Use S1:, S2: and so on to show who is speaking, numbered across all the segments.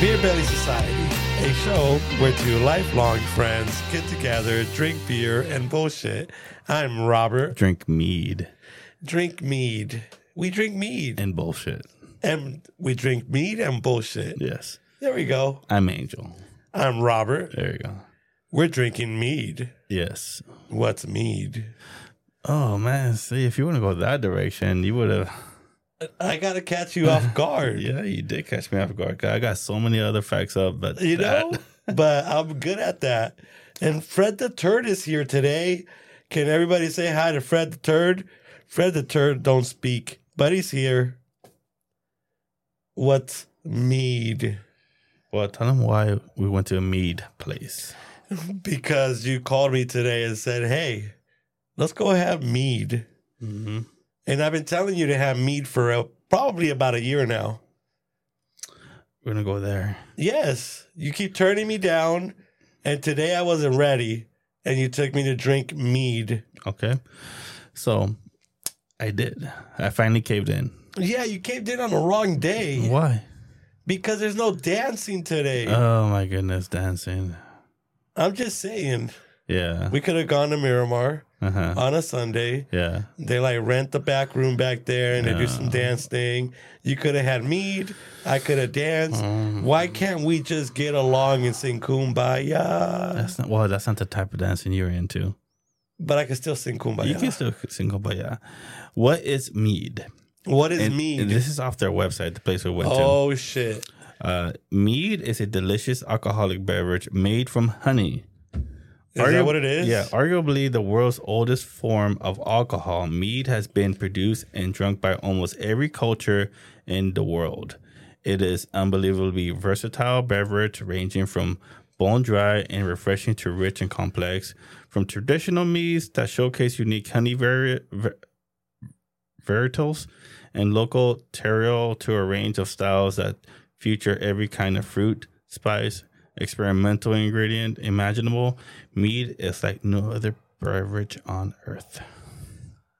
S1: Beer Belly Society, a show where two lifelong friends get together, drink beer, and bullshit. I'm Robert.
S2: drink mead
S1: Drink mead. We drink mead.
S2: and bullshit.
S1: And we drink mead and bullshit.
S2: Yes.
S1: There we go.
S2: I'm Angel.
S1: I'm Robert.
S2: There you go.
S1: We're drinking mead.
S2: Yes.
S1: What's mead?
S2: Oh man, see if you wouldn't go that direction, you would have
S1: I gotta catch you off guard.
S2: Yeah, you did catch me off guard. I got so many other facts up, but
S1: you
S2: that-
S1: know? but I'm good at that. And Fred the Turd is here today. Can everybody say hi to Fred the Turd? Fred the Turd don't speak, but he's here. What's mead?
S2: well tell them why we went to a mead place.
S1: Because you called me today and said, hey, let's go have mead.
S2: Mm-hmm.
S1: And I've been telling you to have mead for uh, probably about a year now.
S2: We're gonna go there.
S1: Yes, you keep turning me down. And today I wasn't ready. And you took me to drink mead.
S2: Okay. So I did. I finally caved in.
S1: Yeah, you caved in on the wrong day
S2: Why?
S1: because there's no dancing today.
S2: Oh my goodness, dancing.
S1: I'm just saying,
S2: Yeah.
S1: we could have gone to Miramar
S2: Uh huh.
S1: on a Sunday.
S2: Yeah.
S1: They like rent the back room back there and they do some
S2: No.
S1: dance thing. You could have had mead. I could have danced.
S2: Um,
S1: Why can't we just get along and sing kumbaya?
S2: That's not well. That's not the type of dancing you're into.
S1: But I can still sing kumbaya.
S2: You can still sing kumbaya. What is mead?
S1: what is
S2: And-
S1: mead?
S2: and this is off their website, the place we went
S1: oh, shit.
S2: to. Uh, mead is a delicious alcoholic beverage made from honey.
S1: Is that what it is?
S2: Yeah, arguably the world's oldest form of alcohol, mead has been produced and drunk by almost every culture in the world. It is unbelievably versatile beverage ranging from bone dry and refreshing to rich and complex, from traditional meads that showcase unique honey vari- ver- varietals and local terroir to a range of styles that feature every kind of fruit, spice, experimental ingredient imaginable. Mead is like no other beverage on earth.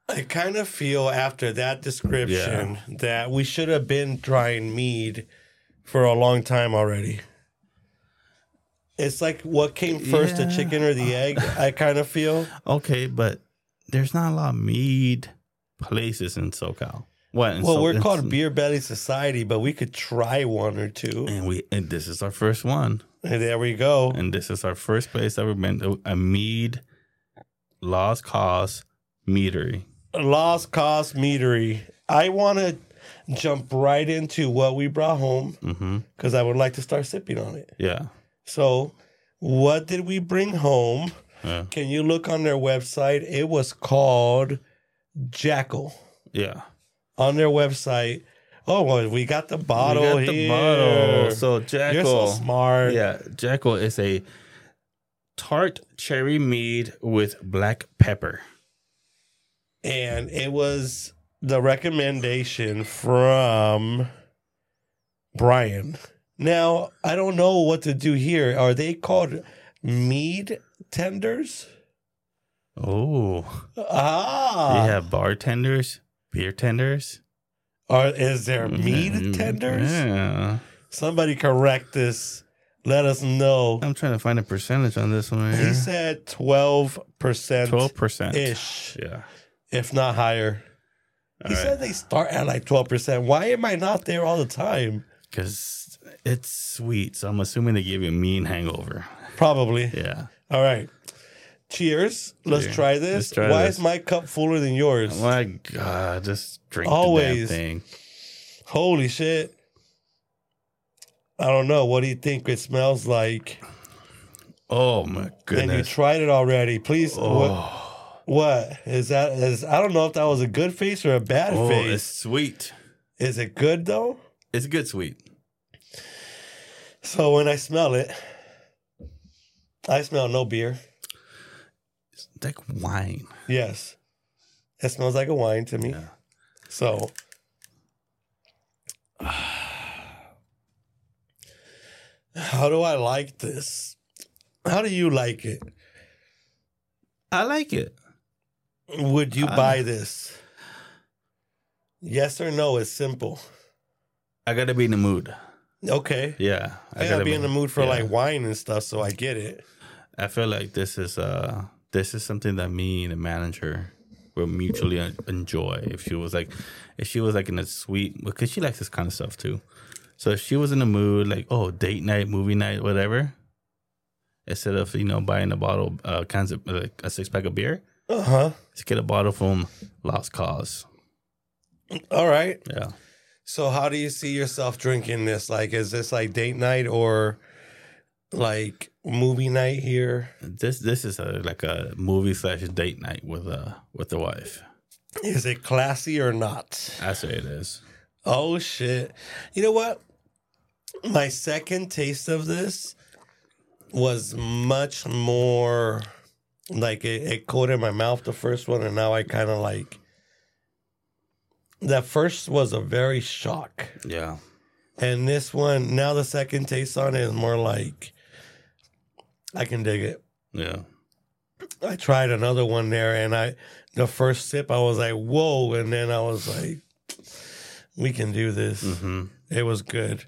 S1: I kind of feel after that description that we should have been trying mead for a long time already. It's like what came first, the
S2: Yeah.
S1: chicken or the egg? I kind of feel.
S2: Okay, but there's not a lot of mead places in SoCal. What? in
S1: Well,
S2: So-
S1: we're
S2: in-
S1: called Beer Belly Society, but we could try one or two.
S2: And we and this is our first one,
S1: And there we go.
S2: and this is our first place that we've been to a mead lost cause meadery.
S1: Lost Cost Meadery. I want to jump right into what we brought home
S2: Mm-hmm.
S1: because I would like to start sipping on it.
S2: Yeah.
S1: So, what did we bring home?
S2: Yeah.
S1: Can you look on their website? It was called Jackal
S2: Yeah.
S1: on their website. Oh, well, we got the bottle
S2: We got the
S1: here.
S2: bottle. So
S1: You're
S2: Jackal.
S1: so smart.
S2: Yeah, Jackal is a tart cherry mead with black pepper.
S1: And it was the recommendation from Brian. Now, I don't know what to do here. Are they called mead tenders?
S2: Oh,
S1: Ah.
S2: they have bartenders, beer tenders,
S1: Or is there mead
S2: Mm,
S1: tenders?
S2: Yeah,
S1: Somebody correct this. Let us know.
S2: I'm trying to find a percentage on this one.
S1: He said twelve percent
S2: twelve percent
S1: ish,
S2: Yeah,
S1: if not higher. He
S2: All right.
S1: said they start at like twelve percent. Why am I not there all the time?
S2: because it's sweet, so I'm assuming they give you a mean hangover.
S1: Probably.
S2: Yeah.
S1: All right. Cheers. Let's
S2: Cheers.
S1: try this.
S2: Let's try
S1: Why
S2: this.
S1: is my cup fuller than yours?
S2: My God, just drink
S1: Always.
S2: the damn thing.
S1: Holy shit. I don't know. What do you think it smells like?
S2: Oh my
S1: And you
S2: goodness.
S1: tried it already. Please. What,
S2: oh.
S1: what is that? Is I don't know if that was a good face or a bad
S2: Oh, it's
S1: face.
S2: sweet.
S1: Is it good though?
S2: It's good sweet.
S1: So when I smell it, I smell no beer.
S2: It's like wine.
S1: Yes. It smells like a wine to me.
S2: Yeah.
S1: So how do I like this? How do you like it?
S2: I like it.
S1: Would you
S2: I-
S1: buy this? Yes or no is simple.
S2: I gotta be in the mood.
S1: Okay.
S2: Yeah,
S1: I gotta be in the mood for
S2: yeah.
S1: like wine and stuff, so I get it.
S2: I feel like this is uh this is something that me and the manager will mutually en- enjoy. If she was like, if she was like in a sweet, because she likes this kind of stuff too. So if she was in a mood like, oh, date night, movie night, whatever, instead of you know buying a bottle, uh, cans of like a six pack of beer,
S1: Uh huh.
S2: let's get a bottle from Lost Cause.
S1: All right.
S2: Yeah,
S1: So how do you see yourself drinking this? Like, is this like date night or like movie night here?
S2: this this is a, like a movie slash date night with uh with the wife.
S1: Is it classy or not?
S2: I say it is.
S1: Oh shit! You know what? My second taste of this was much more like it, it coated my mouth the first one, and now I kind of like that first was a very shock.
S2: Yeah,
S1: And this one, now the second taste on it is more like I can dig it.
S2: yeah.
S1: I tried another one there and I the first sip I was like, whoa, and then I was like, we can do this.
S2: hmm
S1: It was good.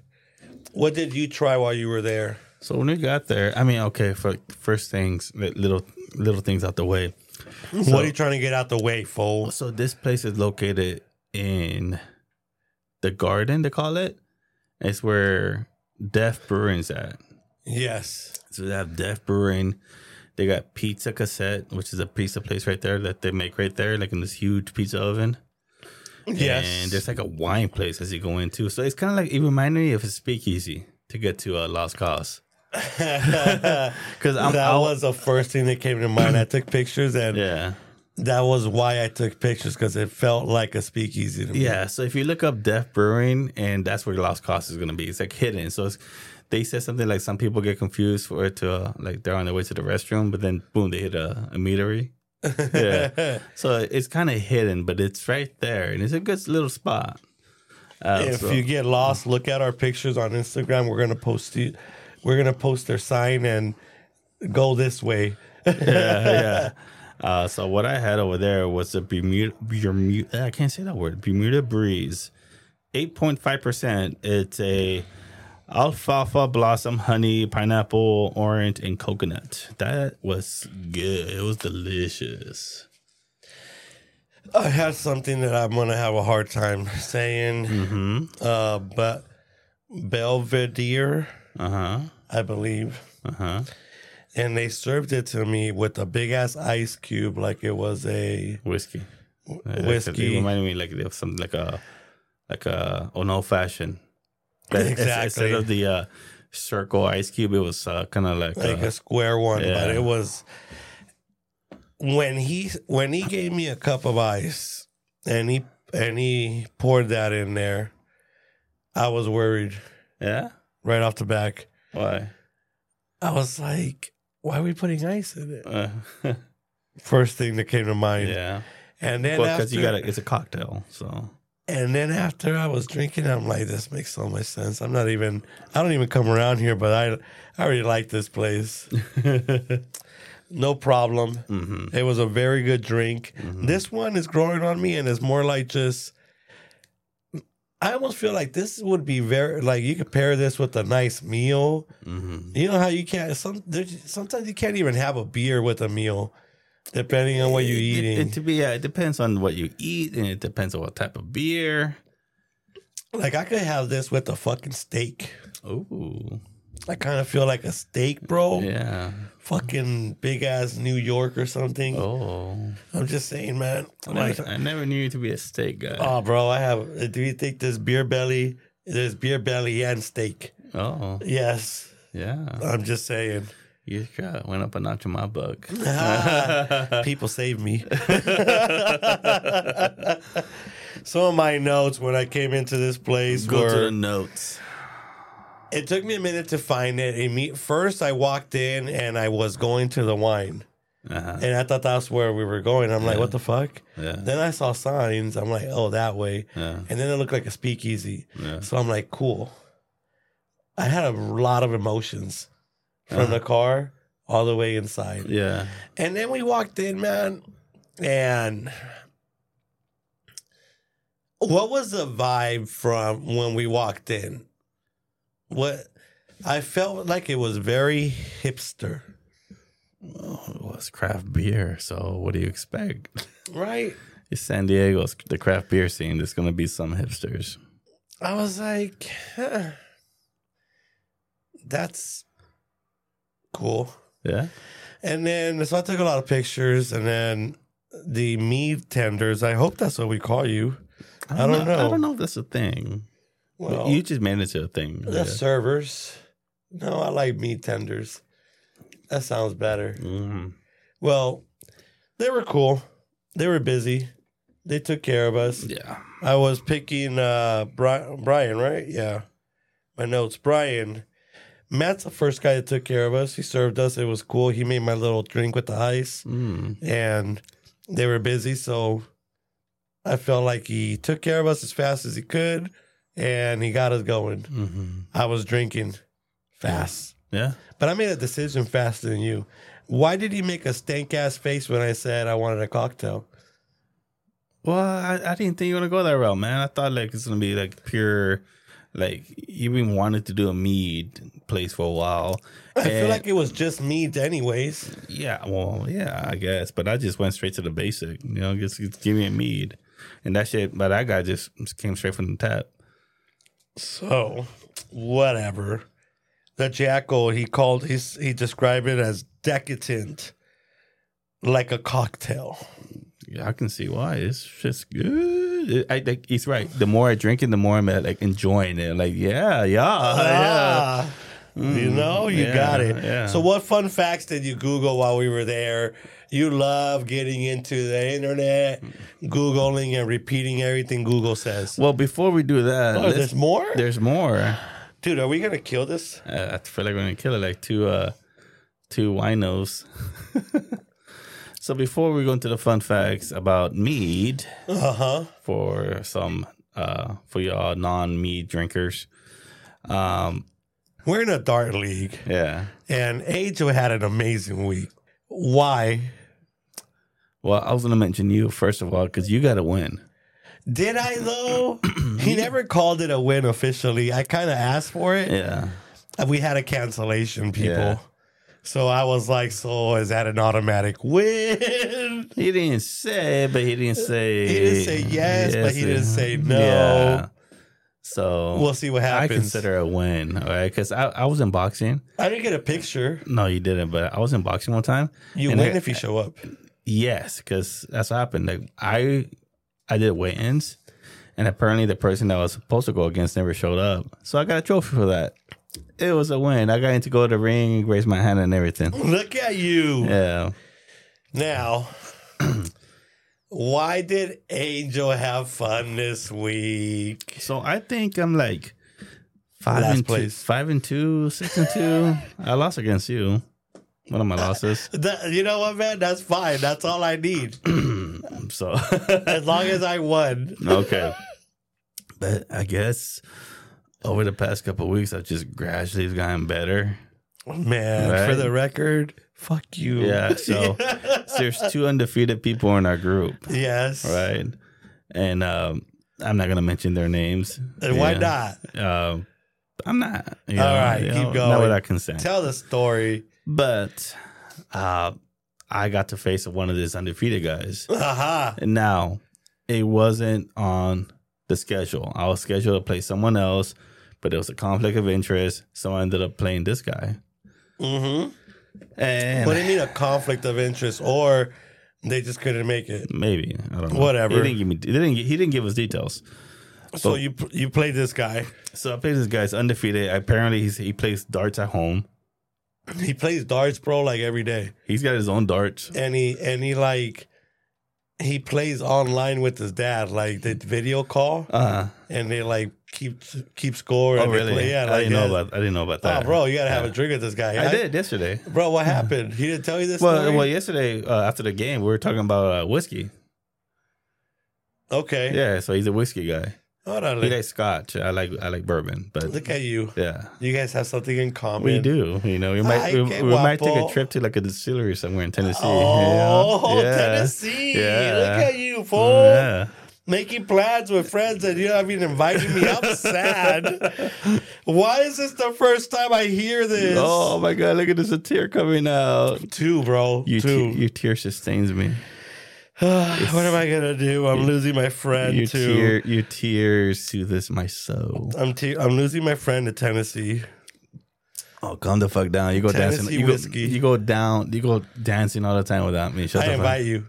S1: What did you try while you were there?
S2: So when we got there, I mean, okay, for first things, li- little little things out the way.
S1: what are you trying to get out the way, fool?
S2: So this place is located in the garden. They call it. It's where Deaf Brewing's at.
S1: Yes.
S2: So they have Deaf Brewing. They got Pizza Cassette, which is a pizza place right there that they make right there, like in this huge pizza oven.
S1: Yes.
S2: And there's like a wine place as you go into. So it's kind of like it reminded me of a speakeasy to get to uh, Las Casas.
S1: that
S2: Because I'm out.
S1: was the first thing that came to mind. I took pictures and
S2: yeah.
S1: that was why I took pictures because it felt like a speakeasy to me.
S2: Yeah, so if you look up Deaf Brewing, and that's where Lost Cost is going to be. It's like hidden. So it's, they said something like some people get confused for it to uh, like they're on their way to the restroom, but then boom, they hit a, a meatery. Yeah. So it's kind of hidden, but it's right there, and it's a good little spot. Uh,
S1: if
S2: so-
S1: you get lost, look at our pictures on Instagram. We're gonna post you. We're gonna post their sign and go this way.
S2: yeah, yeah. Uh, so what I had over there was the Bermuda, Bermuda eh, I can't say that word, Bermuda Breeze, eight point five percent. It's a alfalfa blossom, honey, pineapple, orange, and coconut. That was good. It was delicious.
S1: I have something that I'm gonna have a hard time saying,
S2: Mm-hmm.
S1: uh, but Belvedere,
S2: Uh huh.
S1: I believe,
S2: Uh huh.
S1: and they served it to me with a big ass ice cube, like it was a
S2: Whiskey. It
S1: whiskey.
S2: reminded me like of something like a like a an old fashioned.
S1: Exactly.
S2: Instead of the uh, circle ice cube, it was uh, kind of like,
S1: like
S2: uh,
S1: a square one,
S2: yeah.
S1: but it was when he when he gave me a cup of ice and he and he poured that in there. I was worried
S2: yeah.
S1: right off the back.
S2: Why?
S1: I was like, "Why are we putting ice in it?"
S2: Uh,
S1: First thing that came to mind.
S2: yeah,
S1: And then
S2: well,
S1: after,
S2: because you got it's a cocktail, so
S1: and then after I was drinking, I'm like, "This makes so much sense." I'm not even. I don't even come around here, but I I already like this place.
S2: Mm-hmm.
S1: no problem.
S2: hmm
S1: It was a very good drink. Mm-hmm. This one is growing on me and it's more like just I almost feel like this would be very like you could pair this with a nice meal.
S2: hmm
S1: You know how you can't some there's- sometimes you can't even have a beer with a meal, depending on what you're
S2: It, it,
S1: eating.
S2: to be, yeah, it depends on what you eat, and it depends on what type of beer.
S1: Like I could have this with a fucking steak.
S2: Ooh,
S1: I kind of feel like a steak, bro.
S2: yeah.
S1: Fucking big ass New York or something.
S2: Oh,
S1: I'm just saying, man.
S2: I
S1: Like,
S2: never, I never knew you to be a steak guy.
S1: oh, bro, I have. Do you think this beer belly? There's beer belly and steak.
S2: oh,
S1: Yes,
S2: yeah.
S1: I'm just saying.
S2: You uh, went up a notch in my book. Ah.
S1: People save me. Some of my notes when I came into this place
S2: Go to
S1: were
S2: the notes.
S1: it took me a minute to find it. Imme- First, I walked in and I was going to the wine,
S2: Uh-huh.
S1: and I thought that's where we were going. I'm like, what the fuck?
S2: Yeah,
S1: Then I saw signs. I'm like, oh, that way.
S2: yeah,
S1: And then it looked like a speakeasy.
S2: yeah.
S1: So I'm like, cool. I had a lot of emotions from
S2: Uh-huh.
S1: the car all the way inside.
S2: Yeah.
S1: And then we walked in, man, and what was the vibe from when we walked in? what I felt like it was very hipster,
S2: Well, Oh, it was craft beer, so what do you expect?
S1: right?
S2: It's San Diego's the craft beer scene. There's gonna be some hipsters.
S1: I was like, huh, that's cool.
S2: Yeah.
S1: And then, so I took a lot of pictures, and then the mead tenders. I hope that's what we call you. I don't know.
S2: I don't know if that's a thing. But
S1: Well,
S2: you just made it to a thing.
S1: the servers. No, I like mead tenders. That sounds better.
S2: hmm
S1: Well, they were cool. They were busy. They took care of us.
S2: Yeah.
S1: I was picking uh, Bri- Brian, right? Yeah. My notes. Brian. Matt's the first guy that took care of us. He served us. It was cool. He made my little drink with the ice,
S2: Mm.
S1: and they were busy. So I felt like he took care of us as fast as he could, and he got us going.
S2: hmm
S1: I was drinking fast,
S2: Yeah.
S1: but I made a decision faster than you. Why did he make a stank ass face when I said I wanted a cocktail?
S2: Well, I, I didn't think you were gonna go that route, man. I thought like it's gonna be like pure, like you've been wanted to do a mead place for a while.
S1: I feel
S2: And-
S1: like it was just me, anyways.
S2: yeah, well, yeah, I guess. But I just went straight to the basic, you know, just, just give me a mead, and that shit. But that guy just came straight from the tap.
S1: So, whatever. The jackal, he called, he's, he described it as decadent, like a cocktail.
S2: Yeah, I can see why. It's just good. It- I think he's right. The more I drink it, the more I'm uh, like enjoying it. Like, yeah, yeah,
S1: Uh, Ah,
S2: yeah. Mm,
S1: You know, you
S2: yeah,
S1: got it.
S2: Yeah.
S1: So, what fun facts did you Google while we were there? You love getting into the internet, Googling and repeating everything Google says.
S2: well, before we do that,
S1: Oh,
S2: let's-
S1: there's more?
S2: there's more.
S1: Dude, are we going to kill this?
S2: Uh, I feel like we're gonna kill it like two uh two winos. so before we go into the fun facts about mead
S1: Uh
S2: Uh-huh.
S1: huh.
S2: for some uh for y'all non mead drinkers. Um
S1: We're in a dart league,
S2: yeah.
S1: and Angel had an amazing week. Why?
S2: Well, I was gonna mention you first of all because you got to win.
S1: Did I though? he never called it a win officially. I kind of asked for it.
S2: Yeah,
S1: We had a cancellation, people.
S2: Yeah.
S1: So I was like, so is that an automatic win?
S2: he didn't say, but he didn't say
S1: Uh, He didn't say yes, but he didn't say no.
S2: So
S1: We'll see what
S2: I
S1: happens. I,
S2: consider a win, all right? Because I, I was in boxing.
S1: didn't get a picture.
S2: No, you didn't, but I was in boxing one time.
S1: You
S2: And
S1: win
S2: I-
S1: if you show up.
S2: Yes, because that's what happened. Like I, I did weigh-ins, and apparently the person that I was supposed to go against never showed up. So I got a trophy for that. It was a win. I got to go to the ring and raise my hand and everything.
S1: Look at you.
S2: Yeah,
S1: Now, why did Angel have fun this week?
S2: So I think I'm like five
S1: Last
S2: and
S1: place.
S2: two, five and two, six and two. I lost against you. One of my losses.
S1: That- you know what, man? That's fine. That's all I need.
S2: So
S1: As long as I won.
S2: okay, but I guess over the past couple of weeks, I've just gradually gotten better.
S1: Man,
S2: Right?
S1: for the record, fuck you.
S2: Yeah, so- There's two undefeated people in our group,
S1: yes.
S2: right? And um, I'm not gonna mention their names.
S1: And why
S2: Yeah.
S1: not?
S2: Um, I'm not. you
S1: All right,
S2: you
S1: keep
S2: Not
S1: going.
S2: without consent.
S1: Tell the story.
S2: But uh, I got to face one of these undefeated guys.
S1: Aha.
S2: And now, it wasn't on the schedule. I was scheduled to play someone else, but it was a conflict of interest, so I ended up playing this guy.
S1: Mm-hmm.
S2: And
S1: What do you mean a conflict of interest or they just couldn't make it?
S2: maybe I don't know.
S1: Whatever.
S2: He didn't give me. He didn't. He didn't give us details.
S1: So
S2: But-
S1: you you played this guy.
S2: So I played this guy's undefeated. Apparently, he's, he plays darts at home.
S1: He plays darts, bro, like every day.
S2: He's got his own darts.
S1: And he and he like he plays online with his dad, like the video call,
S2: Uh,
S1: and they like keep keep score.
S2: oh
S1: and they
S2: really?
S1: play- yeah,
S2: I
S1: like,
S2: didn't know
S1: yeah.
S2: about. I didn't know about that.
S1: Oh, bro, you gotta have a
S2: Yeah.
S1: drink with this guy.
S2: I did yesterday.
S1: Bro, what happened? He didn't tell you this
S2: Well,
S1: story?
S2: well, yesterday uh, after the game, we were talking about uh, whiskey.
S1: okay.
S2: Yeah, so he's a whiskey guy.
S1: Hold
S2: He
S1: on.
S2: likes scotch. I like I like bourbon, but
S1: Look at you.
S2: yeah,
S1: You guys have something in common.
S2: we do. You know, we
S1: Ay,
S2: might we,
S1: qué
S2: we might take
S1: guapo.
S2: a trip to like a distillery somewhere in Tennessee.
S1: Oh,
S2: yeah.
S1: Tennessee.
S2: Yeah. Mm-hmm.
S1: Look at you, fool.
S2: Yeah.
S1: making plans with friends that you haven't invited me. I'm sad. Why is this the first time I hear this?
S2: Oh my god, look at this a tear coming out.
S1: Two, bro.
S2: Your,
S1: two.
S2: te- your tear sustains me.
S1: what am I gonna do? I'm losing my friend
S2: Your
S1: too.
S2: tear your tears soothes my soul.
S1: I'm te- I'm losing my friend to Tennessee.
S2: Oh, calm the fuck down. You go
S1: Tennessee
S2: dancing. You go,
S1: whiskey.
S2: you go down. You go dancing all the time without me. Shut the
S1: I
S2: fuck-
S1: invite you.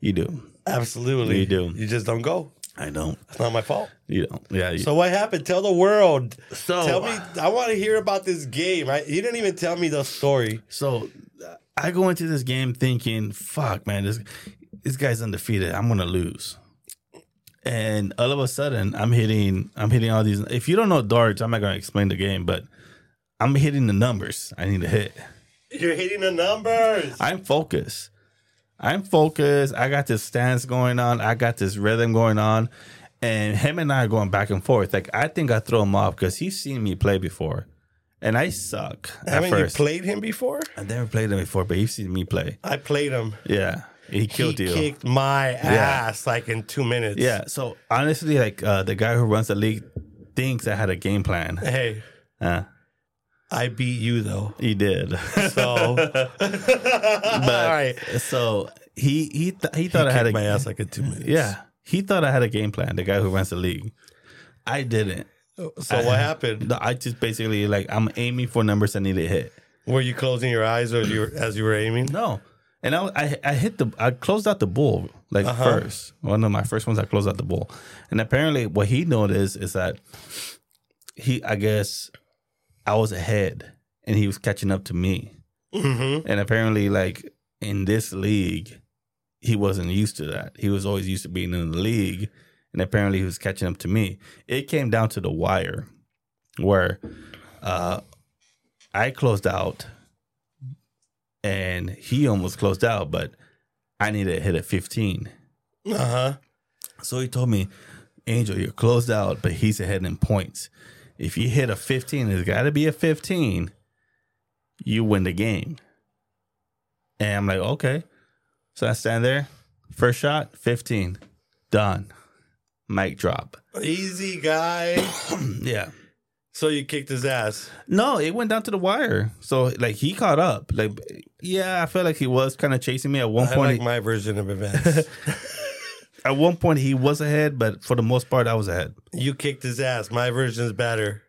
S2: You do.
S1: Absolutely.
S2: You do.
S1: You just don't go.
S2: I don't.
S1: It's not my fault.
S2: You don't. Yeah. You, Oh.
S1: So what happened? Tell the world.
S2: So-
S1: tell me. I want to hear about this game. I, you didn't even tell me the story.
S2: So uh, I go into this game thinking, "Fuck, man, this this guy's undefeated. I'm gonna lose." And all of a sudden, I'm hitting, I'm hitting all these. If you don't know darts, I'm not gonna explain the game, but I'm hitting the numbers I need to hit.
S1: You're hitting the numbers.
S2: I'm focused. I'm focused. I got this stance going on. I got this rhythm going on. And him and I are going back and forth. Like I think I throw him off because he's seen me play before, and I suck at
S1: Haven't
S2: first.
S1: you played him before?
S2: I've never played him before, but he's seen me play.
S1: I played him.
S2: Yeah, he killed
S1: he
S2: you.
S1: kicked my ass like in two minutes.
S2: Yeah. So honestly, like uh, the guy who runs the league thinks I had a game plan.
S1: Hey,
S2: Uh,
S1: I beat you though.
S2: he did.
S1: So all right.
S2: so he he th- he Uh, thought
S1: He
S2: I had a
S1: kicked my ass like in two minutes.
S2: yeah. He thought I had a game plan. The guy who runs the league, I didn't.
S1: So what happened?
S2: No, I just basically like I'm aiming for numbers I need to hit.
S1: Were you closing your eyes or you were, as you were aiming?
S2: No. And I, I I hit the I closed out the bull like first one of my first ones I closed out the bull, and apparently what he noticed is that he I guess I was ahead and he was catching up to me,
S1: Mm-hmm.
S2: and apparently like in this league he wasn't used to that he was always used to being in the league, and apparently he was catching up to me. It came down to the wire, where uh, I closed out and he almost closed out, but I needed to hit a 15.
S1: Uh huh.
S2: So he told me, Angel, you're closed out, but he's ahead in points. If you hit a 15, it's got to be a 15, you win the game. And I'm like, okay. So I stand there, first shot, 15, done. Mic drop.
S1: Easy guy.
S2: yeah.
S1: So you kicked his ass.
S2: No, it went down to the wire. So like he caught up. Like yeah, I felt like he was kind of chasing me at one
S1: I
S2: point. e-
S1: like my version of events.
S2: at one point he was ahead, but for the most part I was ahead.
S1: you kicked his ass. My version's better.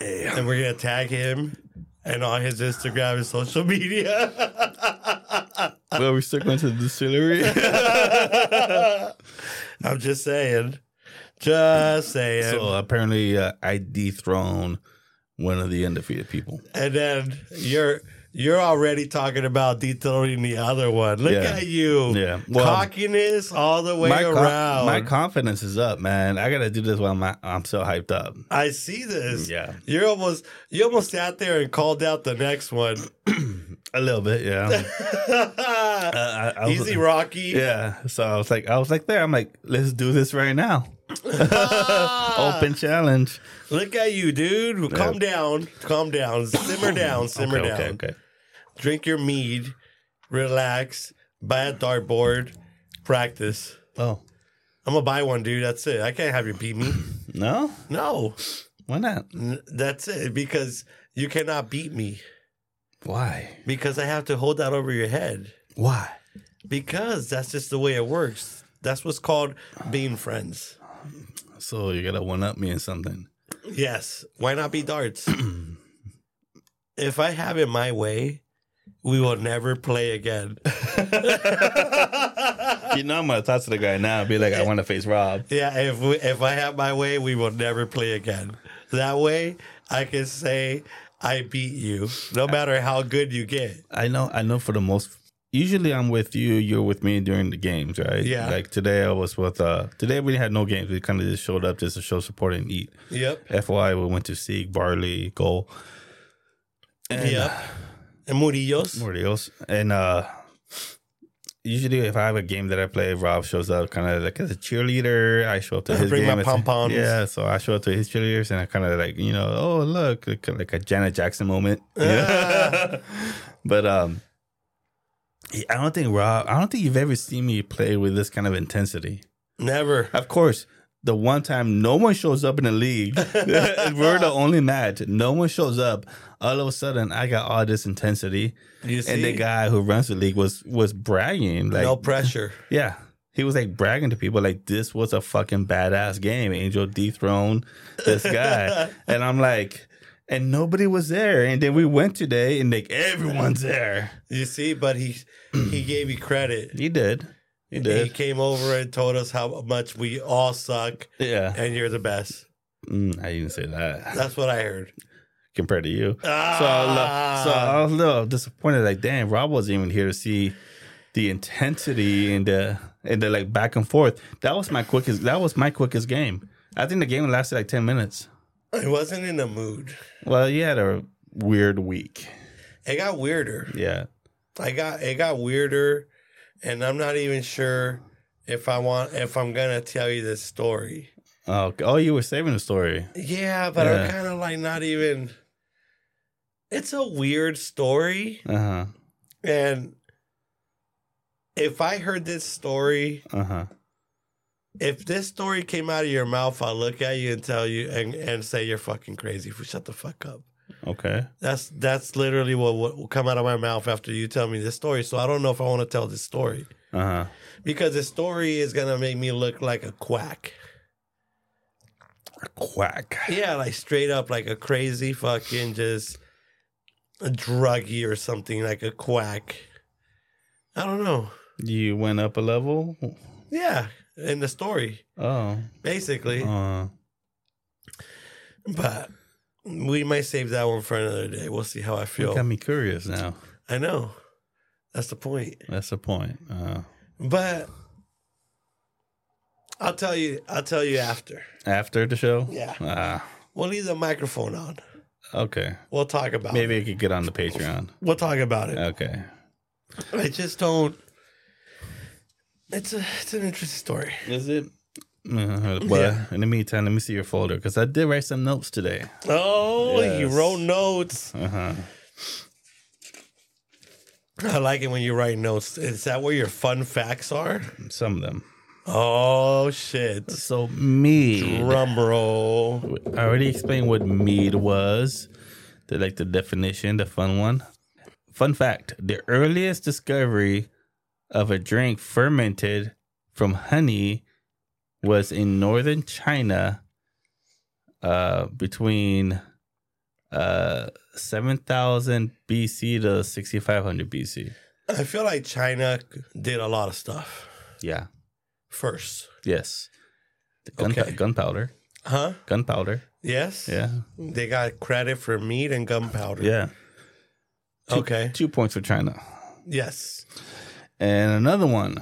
S1: And we're gonna tag him and on his Instagram and social media.
S2: well, we're still going to the distillery.
S1: I'm just saying. Just saying.
S2: so apparently uh, I dethroned one of the undefeated people.
S1: and then you're you're already talking about detailing the other one. Look
S2: Yeah.
S1: at you.
S2: Yeah. Well,
S1: Cockiness all the way
S2: my, co-
S1: around.
S2: my confidence is up, man. I gotta do this while my, I'm so hyped up.
S1: I see this.
S2: Yeah,
S1: You're almost you almost sat there and called out the next one.
S2: a little bit. Yeah, Uh, I- I was-
S1: Easy Rocky.
S2: Yeah. So I was like, I was like, there. I'm like, let's do this right now.
S1: Ah!
S2: Open challenge.
S1: Look at you, dude. Calm down. Calm down. Simmer down. Simmer
S2: okay,
S1: down.
S2: Okay, okay.
S1: Drink your mead. Relax. Buy a dartboard. Practice.
S2: Oh
S1: I'm gonna buy one, dude. That's it. I can't have you beat me.
S2: no,
S1: No,
S2: why not?
S1: N- that's it. Because you cannot beat me.
S2: Why?
S1: Because I have to hold that over your head.
S2: Why?
S1: Because that's just the way it works. That's what's called being friends.
S2: So you gotta one up me in something.
S1: Yes. Why not be darts? if I have it my way, we will never play again. Ah.
S2: You know, I'm gonna talk to the guy now. and Be like, I want to face Rob.
S1: yeah, if we, if I have my way, we will never play again. That way, I can say I beat you, no matter how good you get.
S2: I know. I know. For the most, usually I'm with you. You're with me during the games, right?
S1: Yeah.
S2: Like today, I was with. uh Today we had no games. We kind of just showed up just to show support and eat.
S1: Yep.
S2: FYI, we went to Sieg, Barley, Goal, and uh,
S1: yep. And Murillo's.
S2: somebody else. And uh usually, if I have a game that I play, Rob shows up kind of like as a cheerleader. I show up to his
S1: Bring my
S2: game as-
S1: pom-poms.
S2: Yeah, so I show up to his cheerleaders, and I kind of like you know, oh look, like, like a Janet Jackson moment.
S1: Ah.
S2: but um, I don't think Rob. I don't think you've ever seen me play with this kind of intensity.
S1: Never.
S2: Of course, the one time no one shows up in the league, we're the only match. No one shows up. All of a sudden, I got all this intensity,
S1: You see,
S2: and the guy who runs the league was was bragging like,
S1: no pressure.
S2: yeah, he was like bragging to people like this was a fucking badass game. Angel dethroned this guy, and I'm like. And nobody was there. And then we went today, and like everyone's there.
S1: You see, but he he gave you credit.
S2: He did. He
S1: He
S2: did.
S1: came over and told us how much we all suck
S2: Yeah.
S1: and you're the best.
S2: Mm, I didn't say that
S1: That's what I heard.
S2: compared to you. So, I was
S1: Ah,
S2: li- so I was a little disappointed. Like, damn, Rob wasn't even here to see the intensity and the and the like back and forth. That was my quickest. That was my quickest game. I think the game lasted like ten minutes.
S1: I wasn't in the mood.
S2: Well, you had a weird week.
S1: It got weirder.
S2: Yeah,
S1: I got it got weirder, and I'm not even sure if I want if I'm gonna tell you this story.
S2: Oh, okay. oh, you were saving the story.
S1: Yeah, but I'm
S2: Yeah.
S1: kind of like not even. It's a weird story,
S2: Uh huh.
S1: and if I heard this story,
S2: Uh huh.
S1: if this story came out of your mouth, I'll look at you and tell you and, and say you're fucking crazy. If you shut the fuck up.
S2: Okay.
S1: That's that's literally what what will come out of my mouth after you tell me this story. So I don't know if I want to tell this story
S2: Uh huh.
S1: because the story is gonna make me look like a quack.
S2: Quack.
S1: Yeah, like straight up like a crazy fucking just a druggie or something like a quack. I don't know.
S2: You went up a level.
S1: Yeah, in the story
S2: Oh.
S1: basically,
S2: Uh.
S1: but we might save that one for another day. We'll see how I
S2: You
S1: feel.
S2: got me curious now.
S1: I know. That's the point.
S2: That's the point. Uh,
S1: But I'll tell you. I'll tell you after.
S2: after the show.
S1: Yeah.
S2: Ah.
S1: We'll leave the microphone on.
S2: Okay.
S1: We'll talk about
S2: Maybe
S1: it.
S2: I could get on the Patreon.
S1: We'll talk about it.
S2: Okay.
S1: I just don't. It's a, it's an interesting story.
S2: Is it? Uh-huh. But
S1: Yeah.
S2: in the meantime, let me see your folder because I did write some notes today.
S1: Oh, you
S2: Yes.
S1: wrote notes.
S2: Uh huh.
S1: I like it when you write notes. Is that where your fun facts are?
S2: Some of them.
S1: Oh shit!
S2: So mead.
S1: Drum roll.
S2: I already explained what mead was. The like the definition, the fun one. Fun fact: the earliest discovery of a drink fermented from honey was in northern China, uh, between uh 7000 BC to 6500 BC.
S1: I feel like China did a lot of stuff
S2: Yeah.
S1: first,
S2: Yes. The gun,
S1: Okay.
S2: Gunpowder.
S1: huh?
S2: Gunpowder.
S1: Yes.
S2: Yeah.
S1: They got credit for meat and gunpowder.
S2: Yeah. Two-
S1: Okay.
S2: Two points for China.
S1: Yes.
S2: And another one.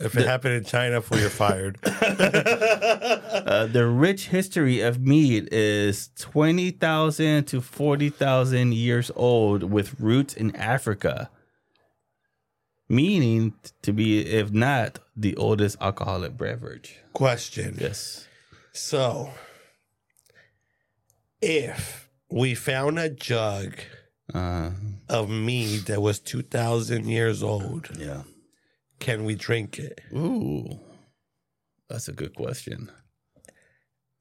S1: If it happened in China, fool, you're fired.
S2: Uh, the rich history of mead is 20,000 to 40,000 years old with roots in Africa. Meaning to be, if not, the oldest alcoholic beverage.
S1: Question.
S2: Yes.
S1: So, if we found a jug
S2: Uh,
S1: of mead that was 2,000 years old,
S2: yeah.
S1: can we drink it?
S2: Ooh. That's a good question.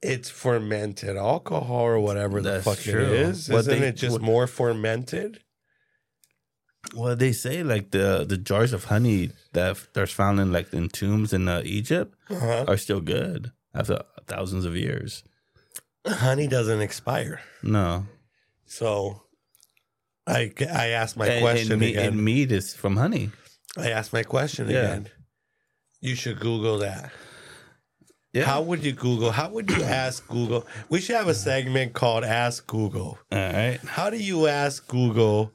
S1: It's fermented alcohol or whatever
S2: That's
S1: the fuck
S2: true.
S1: it is.
S2: What
S1: Isn't
S2: they-
S1: it just
S2: what-
S1: more fermented?
S2: Well, they say like the the jars of honey that are found in like in tombs in uh, Egypt
S1: Uh-huh.
S2: are still good after thousands of years.
S1: Honey doesn't expire.
S2: No,
S1: So, I, I asked my
S2: and,
S1: question
S2: and, me-
S1: again.
S2: and meat is from honey.
S1: I asked my question
S2: Yeah.
S1: again. You should Google that.
S2: Yeah.
S1: How would you Google? How would you ask Google? We should have a segment called Ask Google.
S2: All right.
S1: How do you ask Google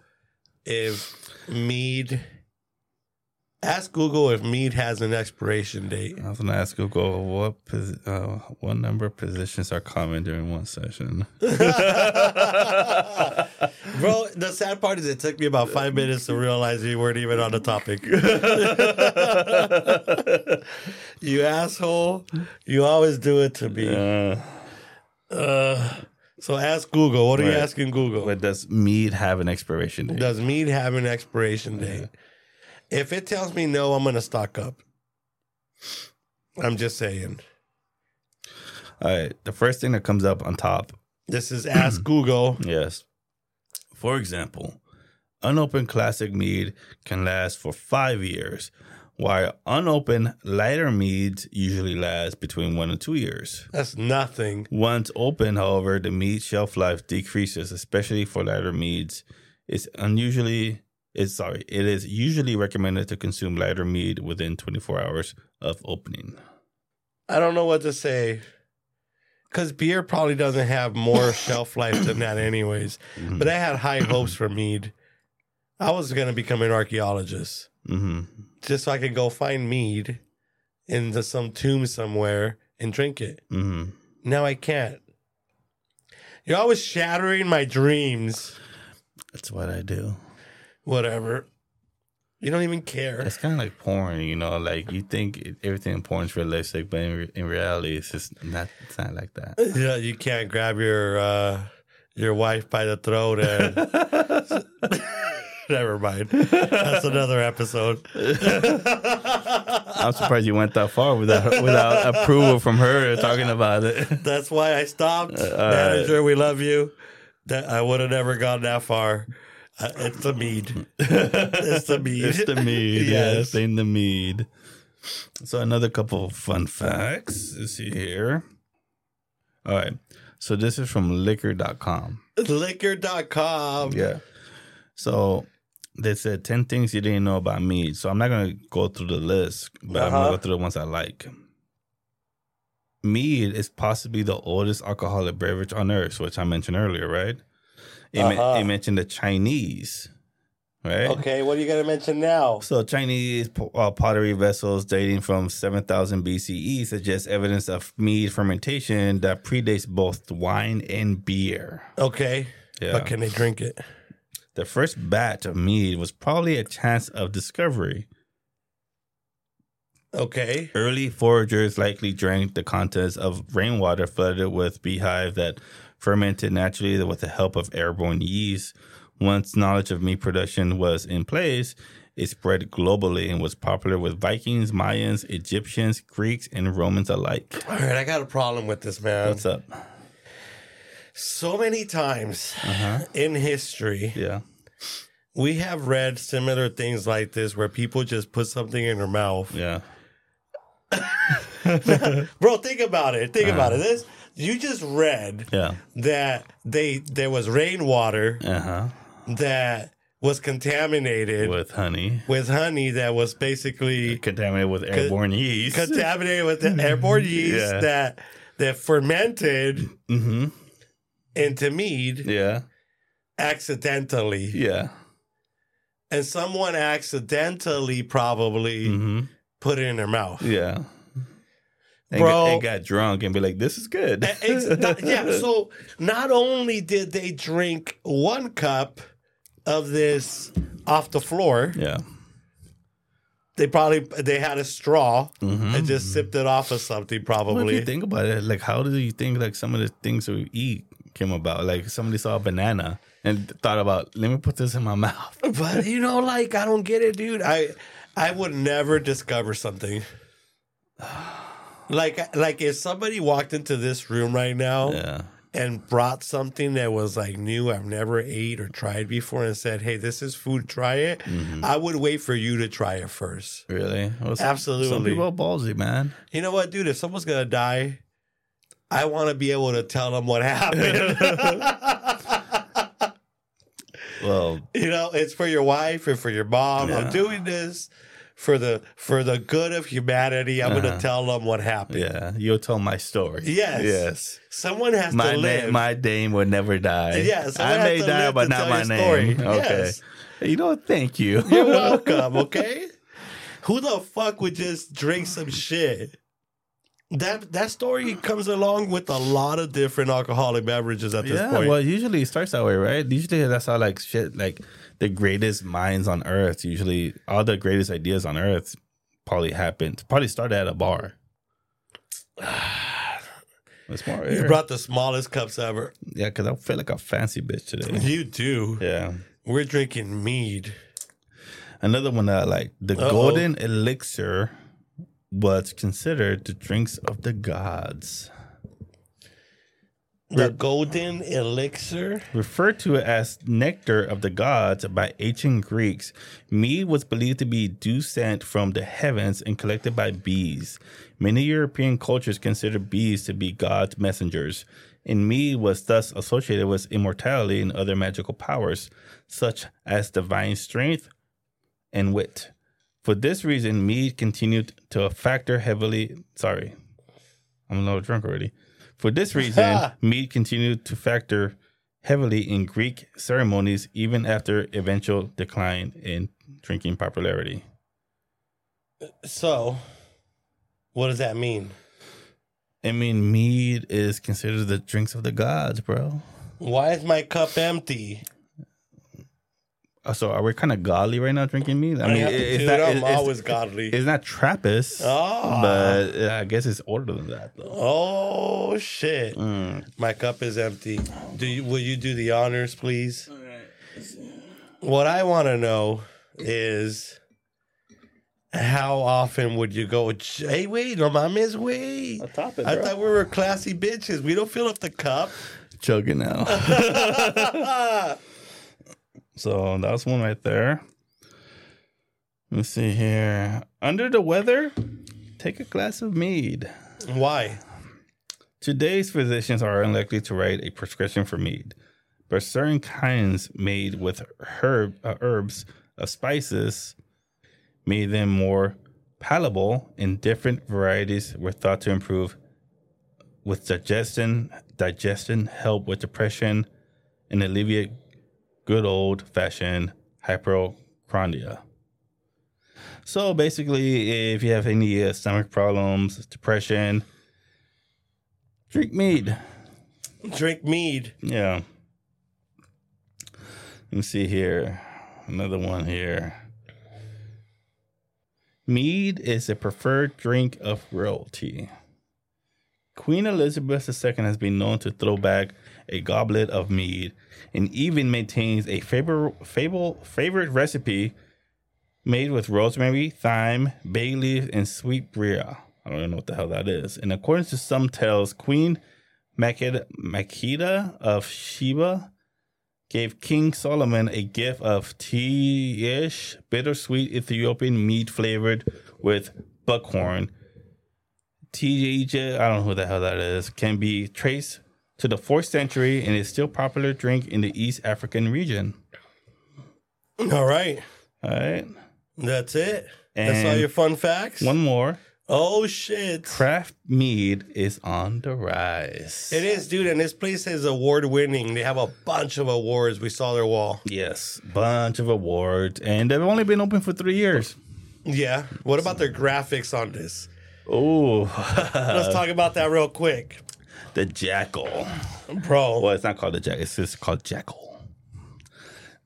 S1: if mead? Ask Google if mead has an expiration date.
S2: I was gonna ask Google what pos- uh, what number of positions are common during one session.
S1: Bro, the sad part is it took me about five minutes to realize you weren't even on the topic. you asshole. You always do it to me.
S2: Uh,
S1: Uh, so ask Google. What are you
S2: Right.
S1: asking Google?
S2: but does mead have an expiration date?
S1: Does mead have an expiration date? If it tells me no, I'm gonna stock up. I'm just saying.
S2: All right, the first thing that comes up on top.
S1: This is Ask Google.
S2: Yes. For example, unopened classic mead can last for five years, while unopened lighter meads usually last between one and two years.
S1: That's nothing.
S2: Once open, however, the mead shelf life decreases, especially for lighter meads. It's unusually it's sorry, it is usually recommended to consume lighter mead within 24 hours of opening.
S1: I don't know what to say. Because beer probably doesn't have more shelf life than that, anyways.
S2: Mhm.
S1: But I had high hopes for mead. I was going to become an archaeologist
S2: Mhm.
S1: just so I could go find mead in the, some tomb somewhere and drink it.
S2: Mhm.
S1: Now I can't. You're always shattering my dreams.
S2: That's what I do.
S1: Whatever. You don't even care.
S2: It's kind of like porn, you know. Like you think it- everything in porn is realistic, but in, re- in reality, it's just not. It's not like that.
S1: Yeah, you can't grab your uh, your wife by the throat and never mind. That's another episode.
S2: I'm surprised you went that far without without approval from her talking about it.
S1: That's why I stopped.
S2: Uh, all
S1: Manager, we love you. That I would have never gone that far. Uh, it's the mead. it's the mead.
S2: It's the mead.
S1: Yes.
S2: yes, in the mead. So another couple of fun facts. Let's see here. All right. So this is from liquor.com.
S1: Liquor.com.
S2: Yeah. So they said 10 things you didn't know about me. So I'm not going to go through the list, but I'm going
S1: Uh-huh.
S2: to go through the ones I like. Mead is possibly the oldest alcoholic beverage on earth, which I mentioned earlier, right? It, men-
S1: Uh-huh.
S2: it mentioned the Chinese, right?
S1: Okay, what are you going to mention now?
S2: So Chinese po- uh, pottery vessels dating from 7000 BCE E suggest evidence of mead fermentation that predates both wine and beer.
S1: Okay,
S2: Yeah.
S1: but can they drink it?
S2: The first batch of mead was probably a chance of discovery.
S1: Okay.
S2: Early foragers likely drank the contents of rainwater flooded with beehive that fermented naturally with the help of airborne yeast. Once knowledge of meat production was in place, it spread globally and was popular with Vikings, Mayans, Egyptians, Greeks, and Romans alike.
S1: All right, I got a problem with this, man.
S2: What's up?
S1: so many times
S2: Uh-huh.
S1: in history,
S2: Yeah.
S1: we have read similar things like this where people just put something in their mouth.
S2: Yeah.
S1: Bro, think about it. Think
S2: Uh-huh.
S1: about it. This you just read
S2: Yeah.
S1: that they there was rainwater
S2: Uh-huh.
S1: that was contaminated with,
S2: With honey.
S1: honey that was basically
S2: Contaminated with airborne yeast.
S1: contaminated with the airborne yeast
S2: Yeah.
S1: that that fermented
S2: mm-hmm.
S1: into mead
S2: Yeah.
S1: accidentally.
S2: Yeah.
S1: and someone accidentally probably
S2: Mm-hmm.
S1: put it in their mouth.
S2: Yeah. And
S1: Bro.
S2: got, and got drunk and be like, this is good.
S1: It's not- yeah, so not only did they drink one cup of this off the floor,
S2: yeah.
S1: they probably they had a straw
S2: Mhm.
S1: and just sipped it off of something
S2: Well, if you
S1: probably.
S2: think about it, like, how do you think like some of the things that we eat came about? Like, somebody saw a banana and thought about, let me put this in my mouth.
S1: But you know, like I don't get it, dude. I I would never discover something. Like like if somebody walked into this room right now
S2: Yeah.
S1: and brought something that was like new I've never ate or tried before and said, "Hey, this is food. Try it."
S2: Mm-hmm.
S1: I would wait for you to try it first.
S2: Really? Well, s- Some
S1: Absolutely.
S2: people are ballsy, man.
S1: You know what, dude? If someone's gonna die, I want to be able to tell them what happened.
S2: Well,
S1: you know, it's for your wife and for your mom.
S2: Yeah.
S1: I'm doing this for the for the good of humanity. I'm
S2: Uh-huh.
S1: gonna tell them what happened.
S2: yeah. You'll tell my story.
S1: Yes.
S2: Yes.
S1: Someone has
S2: My
S1: to live.
S2: name, my name would never die.
S1: yeah, someone
S2: I
S1: has
S2: may
S1: to
S2: die,
S1: live
S2: but
S1: to
S2: not
S1: tell
S2: my
S1: your
S2: name.
S1: story.
S2: Okay.
S1: Yes.
S2: You know, thank you.
S1: You're welcome, okay? Who the fuck would just drink some shit? That that story comes along with a lot of different alcoholic beverages at this
S2: yeah,
S1: point.
S2: well, usually it starts that way, right? Usually that's how like shit, like the greatest minds on earth. Usually, all the greatest ideas on earth probably happened. Probably started at a bar. It's more
S1: you
S2: rare.
S1: brought the smallest cups ever.
S2: yeah, because I feel like a fancy bitch today.
S1: You do.
S2: Yeah.
S1: We're drinking mead.
S2: Another one that I like the
S1: Uh-oh.
S2: golden elixir was considered the drinks of the gods.
S1: The golden elixir.
S2: Referred to as nectar of the gods by ancient Greeks, mead was believed to be dew sent from the heavens and collected by bees. Many European cultures considered bees to be God's messengers, and mead was thus associated with immortality and other magical powers, such as divine strength and wit. For this reason, mead continued to factor heavily. Sorry, I'm a little drunk already. For this reason, mead continued to factor heavily in Greek ceremonies even after eventual decline in drinking popularity.
S1: So, what does that mean?
S2: I mean, mead is considered the drinks of the gods, bro.
S1: Why is my cup empty?
S2: Uh, So are we kind of godly right now drinking mead? I
S1: I
S2: mean,
S1: have to-
S2: it's
S1: dude,
S2: not,
S1: I'm
S2: it's,
S1: always godly.
S2: it's not Trappist,
S1: Ah.
S2: but uh, I guess it's older than that, though. Mm,
S1: oh shit! My cup is empty. Do you, will you do the honors, please? What I want to know is how often would you go? Hey, wait, no, my miss, wait.
S2: Top
S1: I thought we were classy bitches. We don't fill up the cup.
S2: Chugging now. So that's one right there. Let's see here. Under the weather, take a glass of mead.
S1: Why?
S2: Today's physicians are unlikely to write a prescription for mead, but certain kinds made with herb uh, herbs of spices made them more palatable, and different varieties were thought to improve with digestion, digestion, help with depression, and alleviate good old fashioned hypochondria. So basically, if you have any uh, stomach problems, depression, drink mead.
S1: Drink mead.
S2: Yeah. Let me see here. Another one here. Mead is a preferred drink of royalty. Queen Elizabeth II has been known to throw back a goblet of mead and even maintains a favor, fable, favorite recipe made with rosemary, thyme, bay leaves, and sweet bria. I don't even know what the hell that is. And according to some tales, Queen Makeda, Makeda of Sheba gave King Solomon a gift of tea-ish, bittersweet Ethiopian mead flavored with buckhorn. TJJ, I don't know who the hell that is, can be traced to the 4th century and is still popular drink in the East African region.
S1: All right.
S2: All right.
S1: That's it. That's all
S2: And
S1: your fun facts.
S2: One more.
S1: oh shit!
S2: Craft mead is on the rise.
S1: It is, dude, and this place is award winning. They have a bunch of awards. We saw their wall.
S2: Yes, bunch of awards, and they've only been open for three years.
S1: Yeah. What about their graphics on this?
S2: Oh,
S1: Let's talk about that real quick,
S2: the jackal.
S1: bro.
S2: Well, it's not called the jackal. It's just called jackal.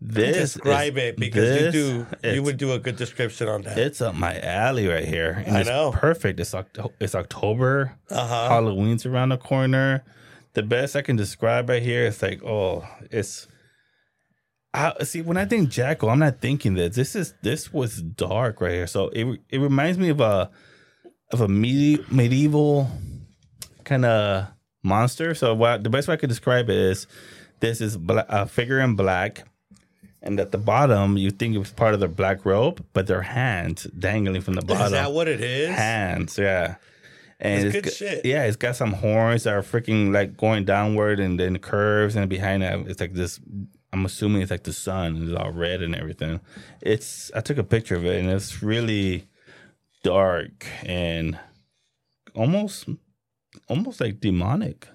S2: This
S1: Describe
S2: is-
S1: it because
S2: this-
S1: you do. You
S2: it's-
S1: would do a good description on that.
S2: It's up my alley right here. And
S1: I
S2: it's
S1: know.
S2: Perfect. It's Octo- it's October.
S1: Uh-huh.
S2: Halloween's around the corner. The best I can describe right here is like, oh, it's. I see when I think Jackal, I'm not thinking this. This is this was dark right here. So it re- it reminds me of uh, a of a medi- medieval kind of monster. So what the best way I could describe it is this is bla- a figure in black, and at the bottom you think it was part of their black robe, but their hands dangling from the bottom.
S1: is that what it is?
S2: hands, yeah. And
S1: That's
S2: it's
S1: good
S2: got-
S1: shit.
S2: yeah, it's got some horns that are freaking like going downward and then curves, and behind that it's like this. I'm assuming it's like the sun is all red and everything. It's I took a picture of it and it's really dark and almost almost like demonic,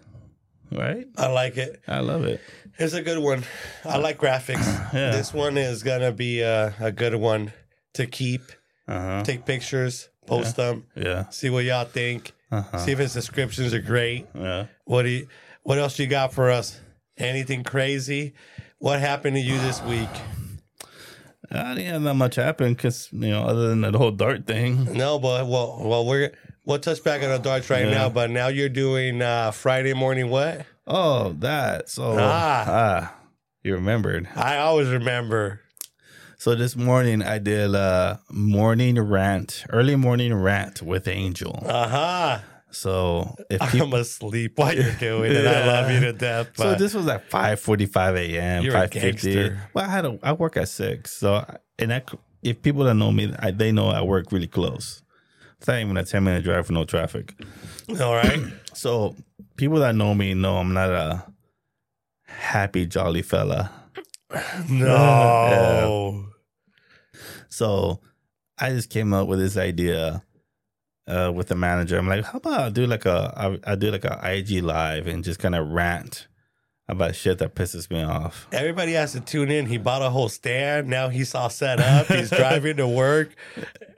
S2: right?
S1: I like it.
S2: I love it.
S1: It's a good one. I like graphics.
S2: Yeah.
S1: This one is gonna be a, a good one to keep.
S2: Uh-huh.
S1: Take pictures, post them,
S2: Yeah.
S1: see what y'all think.
S2: Uh-huh.
S1: See if his descriptions are great.
S2: Yeah.
S1: What do you, what else you got for us? Anything crazy? What happened to you this week?
S2: I didn't have that much happen because you know, other than that whole dart thing.
S1: No, but well, well, we're we'll touch back on the darts right
S2: Yeah.
S1: now. But now you're doing uh, Friday morning. What?
S2: Oh, that. So
S1: Ah.
S2: ah, you remembered.
S1: I always remember.
S2: So this morning I did a morning rant, early morning rant with Angel.
S1: Aha.
S2: So if
S1: Uh-huh.
S2: people,
S1: I'm asleep while you're doing it. I
S2: Yeah.
S1: love you to death. But
S2: so this was at five forty five a.m.
S1: You're a
S2: Five fifty.
S1: gangster.
S2: Well, I had a, I work at six, so I- and I, c- if people that know me, I, they know I work really close. It's not even a ten minute drive with no traffic.
S1: all right.
S2: So people that know me know I'm not a happy jolly fella.
S1: No.
S2: So I just came up with this idea uh, with the manager. I'm like, how about I do like a I, I do like a IG live and just kind of rant about shit that pisses me off.
S1: Everybody has to tune in. He bought a whole stand. Now he's all set up. He's driving to work,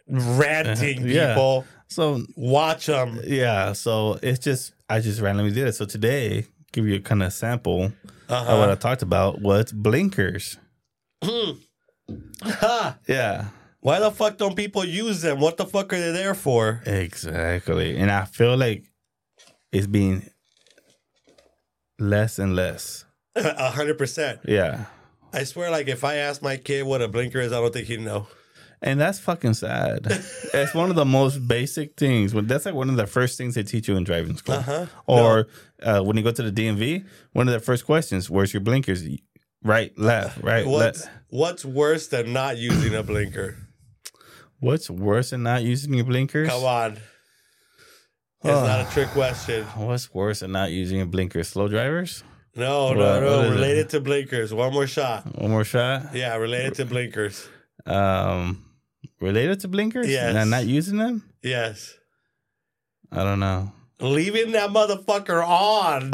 S1: ranting
S2: Uh-huh. Yeah.
S1: people.
S2: So
S1: Watch him.
S2: yeah, so it's just I just randomly did it. So today, give you a kind of sample of what I
S1: Uh-huh.
S2: talked about was blinkers.
S1: Hmm. Ha!
S2: Yeah,
S1: Why the fuck don't people use them? What the fuck are they there for?
S2: exactly. And I feel like it's being less and less.
S1: A hundred percent.
S2: Yeah.
S1: I swear, like if I ask my kid what a blinker is, I don't think he'd know.
S2: And that's fucking sad. it's one of the most basic things. When that's like one of the first things they teach you in driving school.
S1: Uh-huh.
S2: Or uh, when you go to the DMV, one of the first questions: "Where's your blinkers? Right, left, right,
S1: What's
S2: left."
S1: what's worse than not using a blinker?
S2: What's worse than not using your blinkers?
S1: Come on. It's not a trick question.
S2: What's worse than not using your blinkers? Slow drivers.
S1: No,
S2: What-
S1: no,
S2: what
S1: no.
S2: is it?
S1: Related to blinkers. One more shot.
S2: One more shot.
S1: Yeah, related to blinkers.
S2: Um, related to blinkers?
S1: Yes.
S2: And not using them?
S1: Yes.
S2: I don't know.
S1: Leaving that motherfucker on.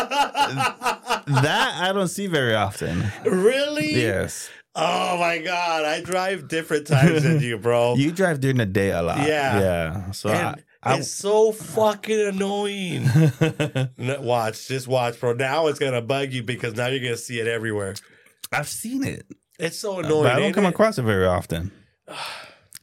S2: Oh. that I don't see very often.
S1: really?
S2: Yes.
S1: Oh my god. I drive different times than you, bro.
S2: You drive during the day a lot.
S1: Yeah.
S2: Yeah. So I,
S1: And
S2: I,
S1: it's so fucking annoying. N- watch, just watch, bro. Now it's gonna bug you because now you're gonna see it everywhere.
S2: I've seen it,
S1: It's so annoying.
S2: but I don't
S1: ain't
S2: come
S1: it?
S2: across it very often. Uh,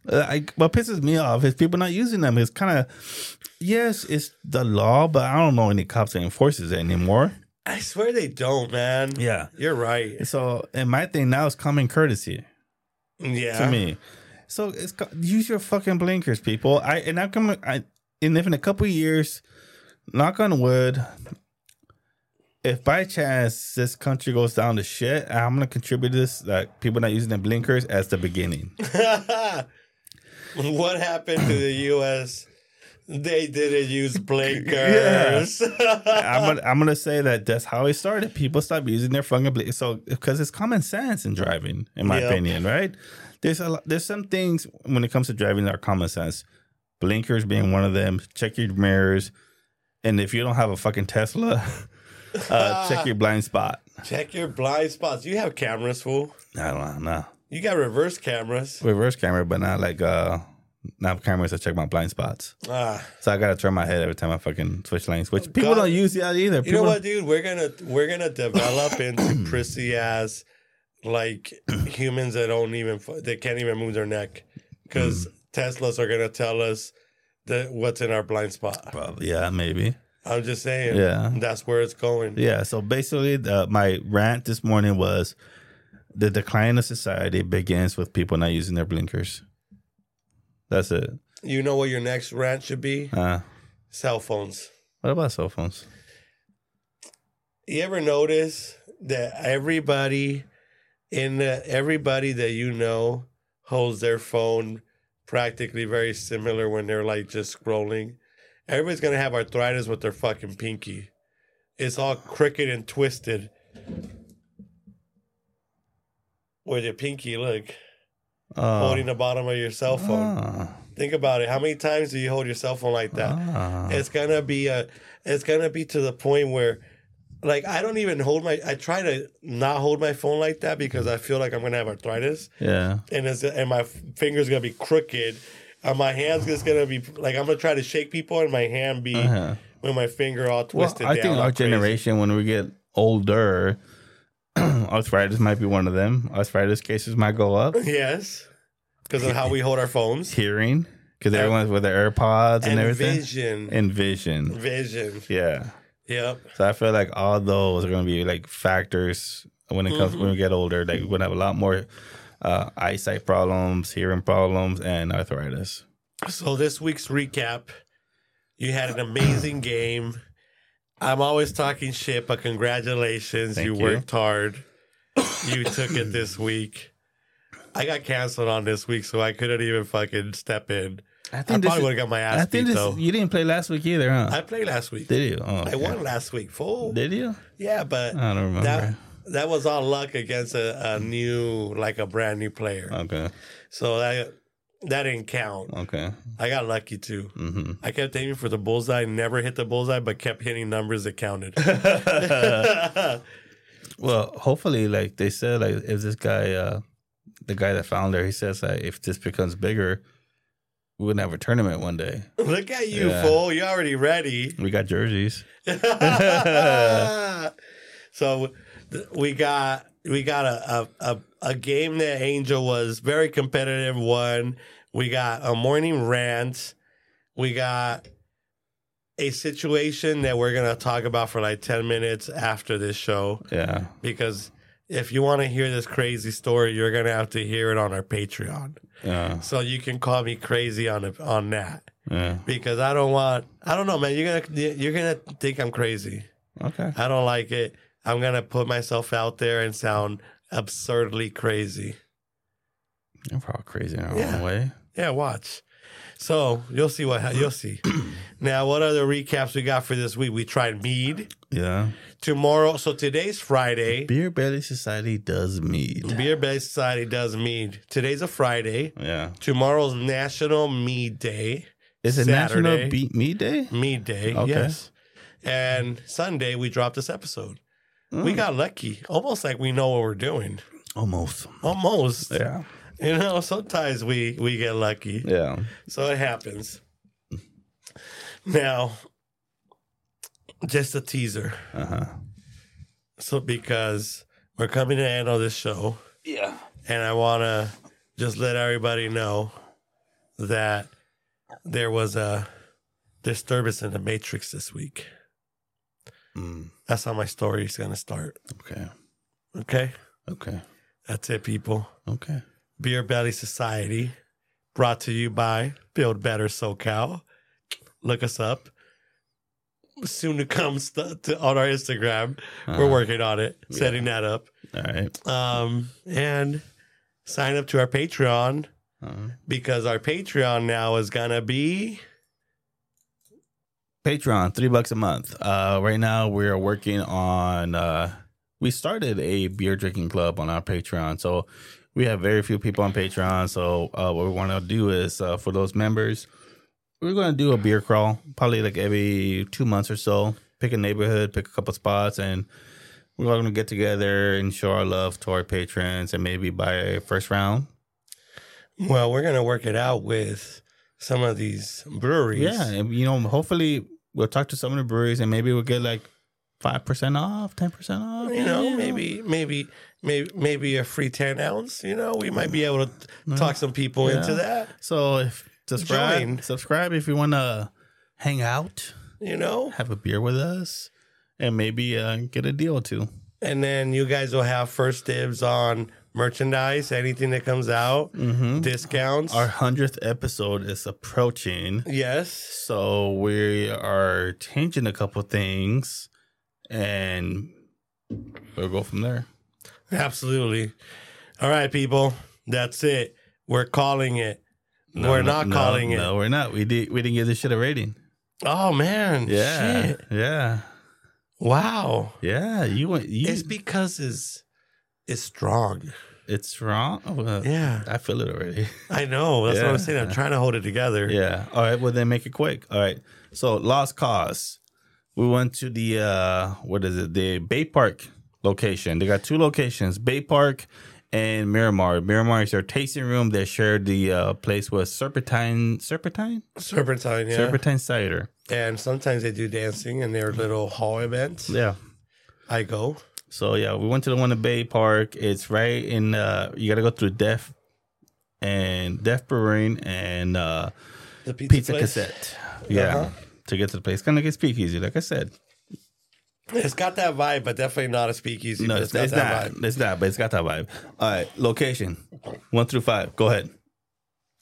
S2: I, what pisses me off is people not using them. It's kind of yes, it's the law, but I don't know any cops that enforces it anymore.
S1: I swear they don't, man.
S2: Yeah.
S1: You're right.
S2: So and my thing now is common courtesy
S1: Yeah.
S2: to me. So it's co- use your fucking blinkers, people. I and I come I and if in a couple of years, knock on wood, if by chance this country goes down to shit, I'm gonna contribute this like people not using their blinkers as the beginning.
S1: what happened to the U.S.? They didn't use blinkers.
S2: I'm gonna, I'm gonna say that that's how it started. People stopped using their fucking bla- so because it's common sense in driving, in my
S1: Yep.
S2: opinion, right? There's a lot, there's some things when it comes to driving that are common sense. Blinkers being one of them. Check your mirrors, and if you don't have a fucking Tesla, uh, check your blind spot.
S1: Check your blind spots. You have cameras, fool.
S2: I don't know.
S1: You got reverse cameras.
S2: Reverse camera, but not like uh, not cameras that check my blind spots.
S1: Ah,
S2: So I gotta turn my head every time I fucking switch lanes. Which people
S1: God.
S2: don't use that either.
S1: you
S2: People
S1: know what, dude? We're gonna we're gonna develop into prissy ass like humans that don't even fu- they can't even move their neck
S2: Mm.
S1: because Teslas are gonna tell us that what's in our blind spot.
S2: Probably, yeah, maybe.
S1: I'm just saying.
S2: Yeah.
S1: that's where it's going.
S2: Yeah. So basically, the, my rant this morning was the decline of society begins with people not using their blinkers. That's it.
S1: You know what your next rant should be?
S2: Uh,
S1: Cell phones.
S2: what about cell phones?
S1: you ever notice that everybody in the, everybody that you know holds their phone practically very similar when they're like just scrolling everybody's gonna have arthritis with their fucking pinky it's all crooked and twisted with your pinky look
S2: Uh,
S1: holding the bottom of your cell phone
S2: ah,
S1: think about it how many times do you hold your cell phone like that
S2: ah.
S1: it's gonna be a it's gonna be to the point where like i don't even hold my i try to not hold my phone like that because i feel like i'm gonna have arthritis
S2: yeah.
S1: and it's and my fingers gonna be crooked and my hands just gonna be like i'm gonna try to shake people and my hand be
S2: Uh-huh.
S1: with my finger all
S2: Well,
S1: twisted
S2: I
S1: down
S2: think
S1: like
S2: our
S1: crazy.
S2: generation, when we get older, arthritis might be one of them. Arthritis cases might go up.
S1: yes because of how we hold our phones
S2: Hearing, because
S1: And-
S2: everyone's with their AirPods
S1: and
S2: and, everything.
S1: vision
S2: And vision.
S1: vision
S2: Yeah.
S1: yep
S2: So I feel like all those are going to be like factors when it comes when
S1: Mm-hmm.
S2: we get older. Like we're gonna have a lot more uh, eyesight problems, hearing problems, and arthritis.
S1: So this week's recap, you had an amazing game. I'm always talking shit, but congratulations,
S2: Thank
S1: you,
S2: you.
S1: worked hard. You took it this week. I got canceled on this week, so I couldn't even fucking step in.
S2: I
S1: I,
S2: think this.
S1: probably would have got my
S2: I
S1: ass
S2: think
S1: beat
S2: this.
S1: though.
S2: You didn't play last week either, huh?
S1: I played last week.
S2: Did you? Oh,
S1: I
S2: okay.
S1: won last week, fool.
S2: Did you?
S1: Yeah, but
S2: I don't remember.
S1: that that was all luck against a, a new, like a brand new player.
S2: okay.
S1: So that that didn't count.
S2: Okay.
S1: I got lucky too.
S2: Mm-hmm.
S1: I kept aiming for the bullseye, never hit the bullseye, but kept hitting numbers that counted.
S2: Well, hopefully, like they said, like if this guy, uh the guy that found her, he says that if this becomes bigger, we're gonna have a tournament one day.
S1: Look at you,
S2: Yeah.
S1: fool! You're already ready.
S2: We got jerseys.
S1: so th- we got we got a, a a a game that Angel was very competitive. Won. We got a morning rant. We got a situation that we're gonna talk about for like ten minutes after this show.
S2: Yeah.
S1: because if you want to hear this crazy story, you're gonna have to hear it on our Patreon.
S2: Yeah.
S1: So you can call me crazy on a, on that
S2: Yeah.
S1: because I don't want. I don't know, man. You're gonna you're gonna think I'm crazy.
S2: Okay.
S1: I don't like it. I'm gonna put myself out there and sound absurdly crazy.
S2: You're probably crazy in our
S1: Yeah.
S2: own way.
S1: Yeah, watch. So you'll see what you'll see. now, what other recaps we got for this week? We tried mead
S2: Yeah.
S1: tomorrow. So today's Friday.
S2: Beer Belly Society does mead.
S1: Beer Based Society does mead. Today's a Friday.
S2: Yeah.
S1: Tomorrow's National Mead Day.
S2: Is it
S1: Saturday.
S2: National Beat Mead Day?
S1: Mead Day,
S2: Okay.
S1: yes. And Sunday we dropped this episode. We
S2: Mm.
S1: got lucky, almost like we know what we're doing.
S2: almost.
S1: Almost,
S2: Yeah.
S1: you know. Sometimes we we get lucky,
S2: Yeah.
S1: so it happens. Now, just a teaser.
S2: Uh huh.
S1: So because we're coming to the end of this show,
S2: Yeah.
S1: and I want to just let everybody know that there was a disturbance in the matrix this week.
S2: Mm.
S1: That's how my story is going to start.
S2: Okay.
S1: Okay?
S2: Okay.
S1: That's it, people.
S2: Okay.
S1: Beer Belly Society, brought to you by Build Better SoCal. Look us up. Soon to come st- to, on our Instagram. We're
S2: Uh,
S1: working on it,
S2: yeah.
S1: setting that up.
S2: All right.
S1: Um, and sign up to our Patreon.
S2: Uh,
S1: because our Patreon now is gonna be
S2: Patreon, three bucks a month. Uh, right now, we are working on. Uh, we started a beer drinking club on our Patreon, so we have very few people on Patreon. So uh, what we want to do is uh, for those members, we're going to do a beer crawl, probably like every two months or so. Pick a neighborhood, pick a couple spots, and we're all going to get together and show our love to our patrons, and maybe buy a first round.
S1: well, we're gonna work it out with some of these breweries.
S2: Yeah, and, you know, hopefully we'll talk to some of the breweries, and maybe we'll get like. Five percent off, ten percent off.
S1: You know, maybe, maybe, maybe, maybe a free ten ounce. You know, we might be able to
S2: Yeah.
S1: talk some people
S2: Yeah.
S1: into that.
S2: So if subscribe,
S1: Join.
S2: subscribe if you want to hang out,
S1: You know,
S2: have a beer with us, and maybe uh, get a deal or two.
S1: and then you guys will have first dibs on merchandise, anything that comes out,
S2: Mm-hmm.
S1: discounts.
S2: Our hundredth episode is approaching,
S1: yes,
S2: so we are changing a couple things, and we'll go from there.
S1: absolutely. All right, people, that's it. We're calling it. We're not calling it.
S2: No, we're not. We did. We didn't give this shit a rating.
S1: Oh man,
S2: Yeah,
S1: shit.
S2: yeah,
S1: Wow.
S2: yeah. You went. You,
S1: It's because it's it's strong.
S2: it's wrong. Uh,
S1: Yeah,
S2: I feel it already.
S1: I know. That's what I'm
S2: Yeah.
S1: saying. I'm trying to hold it together.
S2: Yeah. All right. Well, then make it quick. All right. So Lost Cause. We went to the uh what is it? The Bay Park location. They got two locations: Bay Park and Miramar. Miramar is their tasting room. They share the uh, place with Serpentine, Serpentine,
S1: Serpentine, yeah.
S2: Serpentine cider.
S1: And sometimes they do dancing in their little hall events.
S2: Yeah.
S1: I go.
S2: So yeah, we went to the one in Bay Park. It's right in. Uh, you got to go through Def and Def Brewing and uh,
S1: The pizza,
S2: Pizza
S1: place.
S2: Cassette. Yeah.
S1: Uh-huh.
S2: To get to the place, kind of like a speakeasy, like I said.
S1: It's got that vibe, but definitely not a speakeasy.
S2: No,
S1: but
S2: it's, it's not. It's not, but it's got that vibe. All right, location one through five. Go ahead.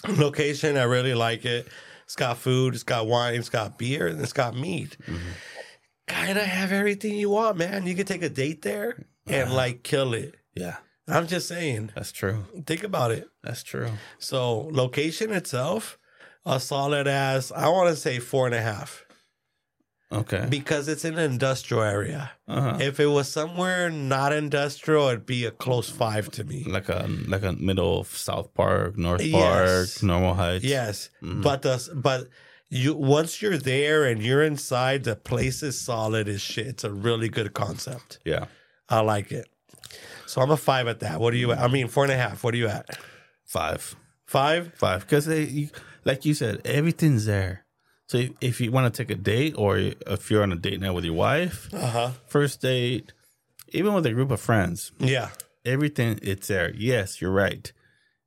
S1: vibe. Location, I really like it. It's got food, it's got wine, it's got beer, and it's got meat.
S2: Mm-hmm.
S1: Kind of have everything you want, man. You could take a date there
S2: Uh-huh.
S1: and like kill it.
S2: Yeah,
S1: I'm just saying,
S2: that's true.
S1: think about it.
S2: That's true.
S1: So, location itself, a solid ass, I want to say four and a half
S2: Okay.
S1: because it's an industrial area.
S2: Uh-huh.
S1: If it was somewhere not industrial, it'd be a close five to me.
S2: Like a like a middle of South Park, North
S1: Yes.
S2: Park, Normal Heights.
S1: Yes,
S2: Mhm.
S1: but the but you once you're there and you're inside, the place is solid as shit. It's a really good concept.
S2: Yeah.
S1: I like it. So I'm a five at that. What are you at? I mean, four and a half. What are you at?
S2: Five.
S1: Five?
S2: Five. Because they, you, like you said, everything's there. So if, if you want to take a date, or if you're on a date night with your wife,
S1: Uh huh.
S2: first date, even with a group of friends,
S1: Yeah.
S2: everything it's there. Yes, you're right.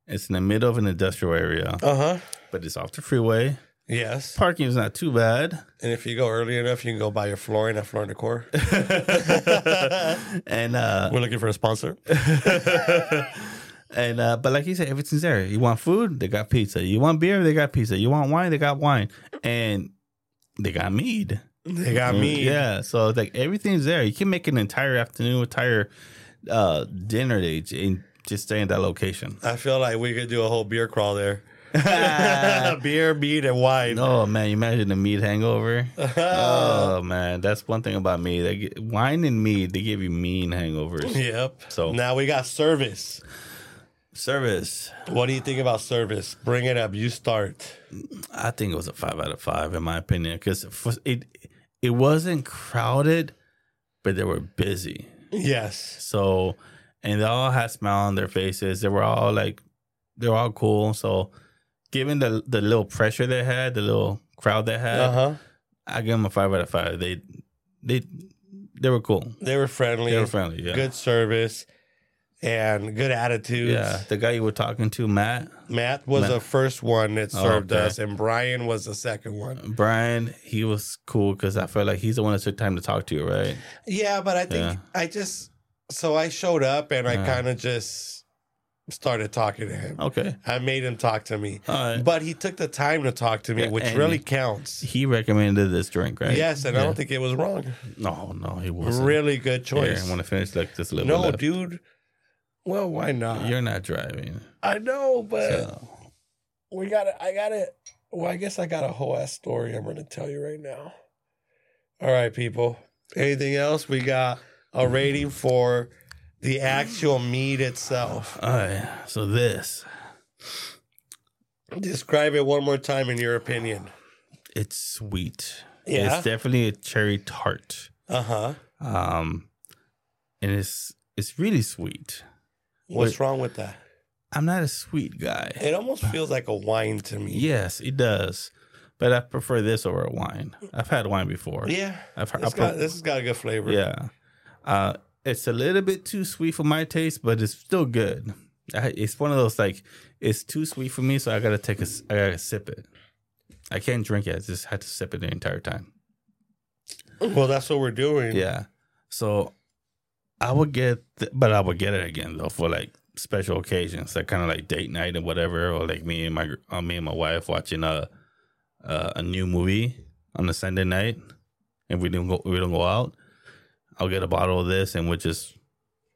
S2: It's in the middle of an industrial area,
S1: Uh huh.
S2: but it's off the freeway.
S1: Yes.
S2: Parking is not too bad.
S1: And if you go early enough, you can go buy your flooring at Floor and Decor.
S2: and uh
S1: We're looking for a sponsor.
S2: and uh but like you said, everything's there. You want food, they got pizza. You want beer, they got pizza. You want wine, they got wine. And they got mead.
S1: They got me.
S2: Mm. Yeah. So it's like everything's there. You can make an entire afternoon, entire uh dinner date and just stay in that location.
S1: I feel like we could do a whole beer crawl there.
S2: Ah.
S1: beer, meat, and wine.
S2: Oh man, you imagine the mead hangover.
S1: Uh.
S2: oh man, that's one thing about mead. They get, wine and mead, they give you mean hangovers.
S1: Yep.
S2: So-
S1: now we got service.
S2: Service,
S1: What do you think about service? Bring it up. You start.
S2: I think it was a five out of five in my opinion because it it wasn't crowded, but they were busy.
S1: Yes.
S2: So, and they all had smile on their faces. They were all like, they were all cool. So, given the the little pressure they had, the little crowd they had,
S1: Uh huh.
S2: I give them a five out of five. They they they were cool.
S1: They were friendly.
S2: They were friendly. Yeah.
S1: Good service and good attitudes.
S2: Yeah, the guy you were talking to, Matt
S1: Matt was
S2: Matt.
S1: the first one that
S2: Oh,
S1: served
S2: okay.
S1: us, and Brian was the second one.
S2: Brian, he was cool because I felt like he's the one that took time to talk to you, right?
S1: Yeah, but I think
S2: Yeah.
S1: I just so I showed up and I
S2: Yeah.
S1: kind of just started talking to him.
S2: Okay,
S1: I made him talk to me,
S2: all right.
S1: but he took the time to talk to me,
S2: Yeah,
S1: which
S2: and-
S1: really counts.
S2: he recommended this drink, right?
S1: Yes, and I
S2: Yeah.
S1: don't think it was wrong.
S2: No, no, he wasn't.
S1: Really good choice.
S2: Here, I want to finish like this little.
S1: No,
S2: bit left.
S1: dude. Well, why not?
S2: you're not driving.
S1: I know, but
S2: So.
S1: we got to I got to Well, I guess I got a whole ass story I'm going to tell you right now. All right, people. Anything else? We got a rating for the actual meat itself.
S2: All right, so this
S1: Describe it one more time in your opinion.
S2: it's sweet.
S1: Yeah.
S2: it's definitely a cherry tart.
S1: Uh huh.
S2: Um, and it's it's really sweet.
S1: What's
S2: Wait.
S1: wrong with that?
S2: I'm not a sweet guy.
S1: It almost feels like a wine to me.
S2: Yes, it does. But I prefer this over a wine. I've had wine before.
S1: Yeah.
S2: I've heard. I
S1: It's got,
S2: pre-
S1: this has got a good flavor.
S2: yeah, uh, it's a little bit too sweet for my taste, but it's still good. I, it's one of those like it's too sweet for me, so I gotta take a s- I gotta sip it. I can't drink it. I just had to sip it the entire time.
S1: Well, that's what we're doing.
S2: Yeah. So I would get, th- but I would get it again though for like special occasions, like kind of like date night and whatever, or like me and my gr- uh, me and my wife watching a uh, a new movie on a Sunday night, and we don't go we don't go out. I'll get a bottle of this and we'll just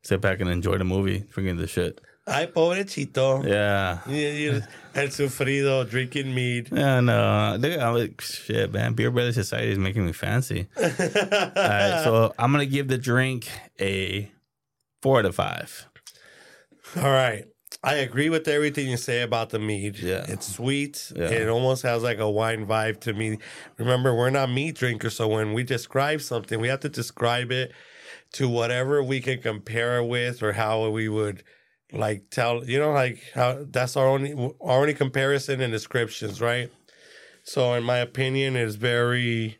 S2: sit back and enjoy the movie, drinking the shit.
S1: Ay, pobrecito.
S2: Yeah.
S1: Yeah, you el sufrido drinking mead.
S2: Yeah, no, Look, I'm like, shit, man. Beer Brother Society is making me fancy. All right, so I'm gonna give the drink a four out of five.
S1: All right. I agree with everything you say about the mead.
S2: Yeah.
S1: It's sweet.
S2: Yeah.
S1: It almost has like a wine vibe to me. Remember, we're not meat drinkers, so when we describe something, we have to describe it to whatever we can compare it with or how we would like tell you know like how that's our only our only comparison and descriptions right so in my opinion it's very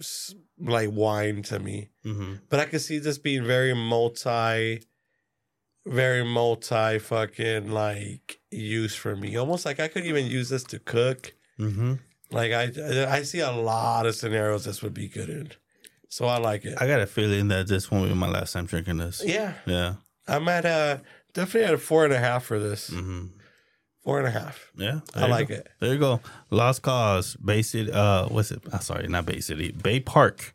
S1: s- like wine to me
S2: Mm-hmm.
S1: but I could see this being very multi, very multi fucking like use for me. Almost like I could even use this to cook.
S2: Mm-hmm.
S1: Like I, I see a lot of scenarios this would be good in. So I like it.
S2: I got a feeling that this won't be my last time drinking this.
S1: yeah,
S2: Yeah.
S1: I'm at a definitely at a four and a half for this.
S2: hmm
S1: Four and a half.
S2: Yeah.
S1: I like it.
S2: There you go. Lost Cause, Bay City. Uh, what's it? I'm sorry, not Bay City. Bay Park.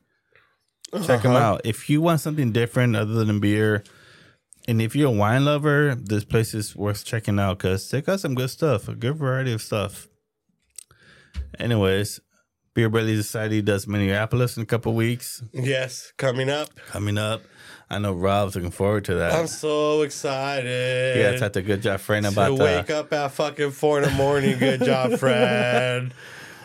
S2: Check them
S1: Uh-huh.
S2: out. If you want something different other than beer, and if you're a wine lover, this place is worth checking out because they got some good stuff, a good variety of stuff. Anyways, Beer Belly Society does Minneapolis in a couple weeks
S1: Yes, coming up.
S2: coming up. I know Rob's looking forward to that.
S1: I'm so excited.
S2: yeah, talked to good job friend
S1: to
S2: about uh,
S1: wake
S2: that.
S1: up at fucking four in the morning. Good job, Fred.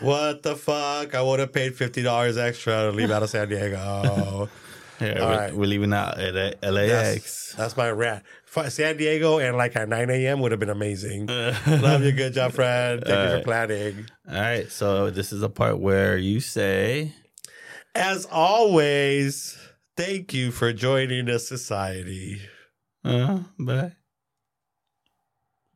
S1: What the fuck? I would have paid fifty dollars extra to leave out of San Diego.
S2: Yeah,
S1: All
S2: we're,
S1: right.
S2: we're leaving out at uh,
S1: That's,
S2: LAX.
S1: that's my rant. F- San Diego and like at nine a.m. would have been amazing. Love you. Good job, Fred. Thank you for
S2: Alright.
S1: planning.
S2: All right, so this is the part where you say,
S1: As always, thank you for joining the society.
S2: uh, bye.